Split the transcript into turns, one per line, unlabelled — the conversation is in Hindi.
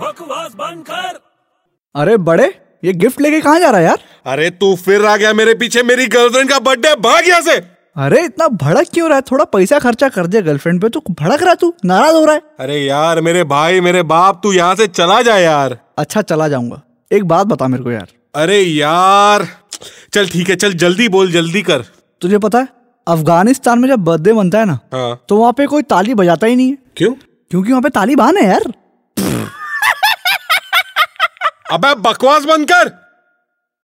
बकवास बंद कर
अरे बड़े ये गिफ्ट लेके कहाँ जा रहा है यार
अरे तू फिर आ गया मेरे पीछे मेरी गर्लफ्रेंड का बर्थडे भाग यहाँ से
अरे इतना भड़क क्यों रहा है थोड़ा पैसा खर्चा कर दे गर्लफ्रेंड पे तो भड़क रहा है तू नाराज हो रहा है
अरे यार मेरे भाई मेरे बाप तू यहाँ से चला जा यार
अच्छा चला जाऊंगा एक बात बता मेरे को यार
अरे यार चल ठीक है चल जल्दी बोल जल्दी कर
तुझे पता है अफगानिस्तान में जब बर्थडे बनता है ना
हाँ
तो वहाँ पे कोई ताली बजाता ही नहीं है
क्यों
क्योंकि वहाँ पे तालिबान है यार
अबे बकवास बंद कर